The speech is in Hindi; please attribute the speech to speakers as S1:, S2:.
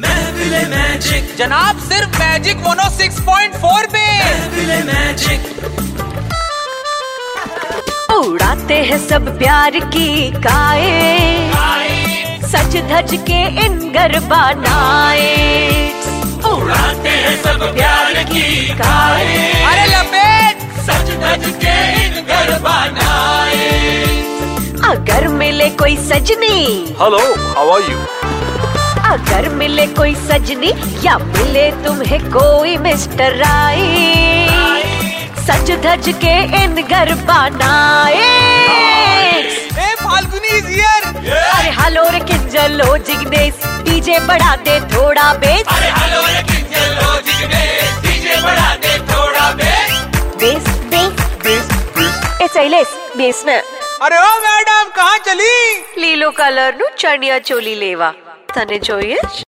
S1: महफिले मैजिक
S2: जनाब सिर्फ oh मैजिक मोनो 6.4 पे
S1: महफिले मैजिक
S3: उड़ाते हैं सब प्यार की काए सच धज के इन गरबा नाए
S1: उड़ाते हैं सब प्यार की काए
S2: अरे लपेट
S1: सच धज के इन घर बनाए
S3: अगर मिले कोई सजनी
S4: हेलो हाउ आर यू
S3: अगर मिले कोई सजनी या मिले तुम्हें कोई मिस्टर राय सच धज के इन गरबा नाए
S2: ए फाल्गुनी इज हियर
S3: अरे हेलो रे किंजल हो जिग्नेश डीजे बढ़ा दे थोड़ा बेस
S1: अरे हेलो रे किंजल हो जिगने डीजे बढ़ा दे थोड़ा बेस
S3: बेस बेस ए शैलेश बेस ना
S2: અરે ઓ મેડમ કહાં ચલી
S3: લીલો કલરનું ચણિયા ચોલી લેવા તને જોઈએ છે?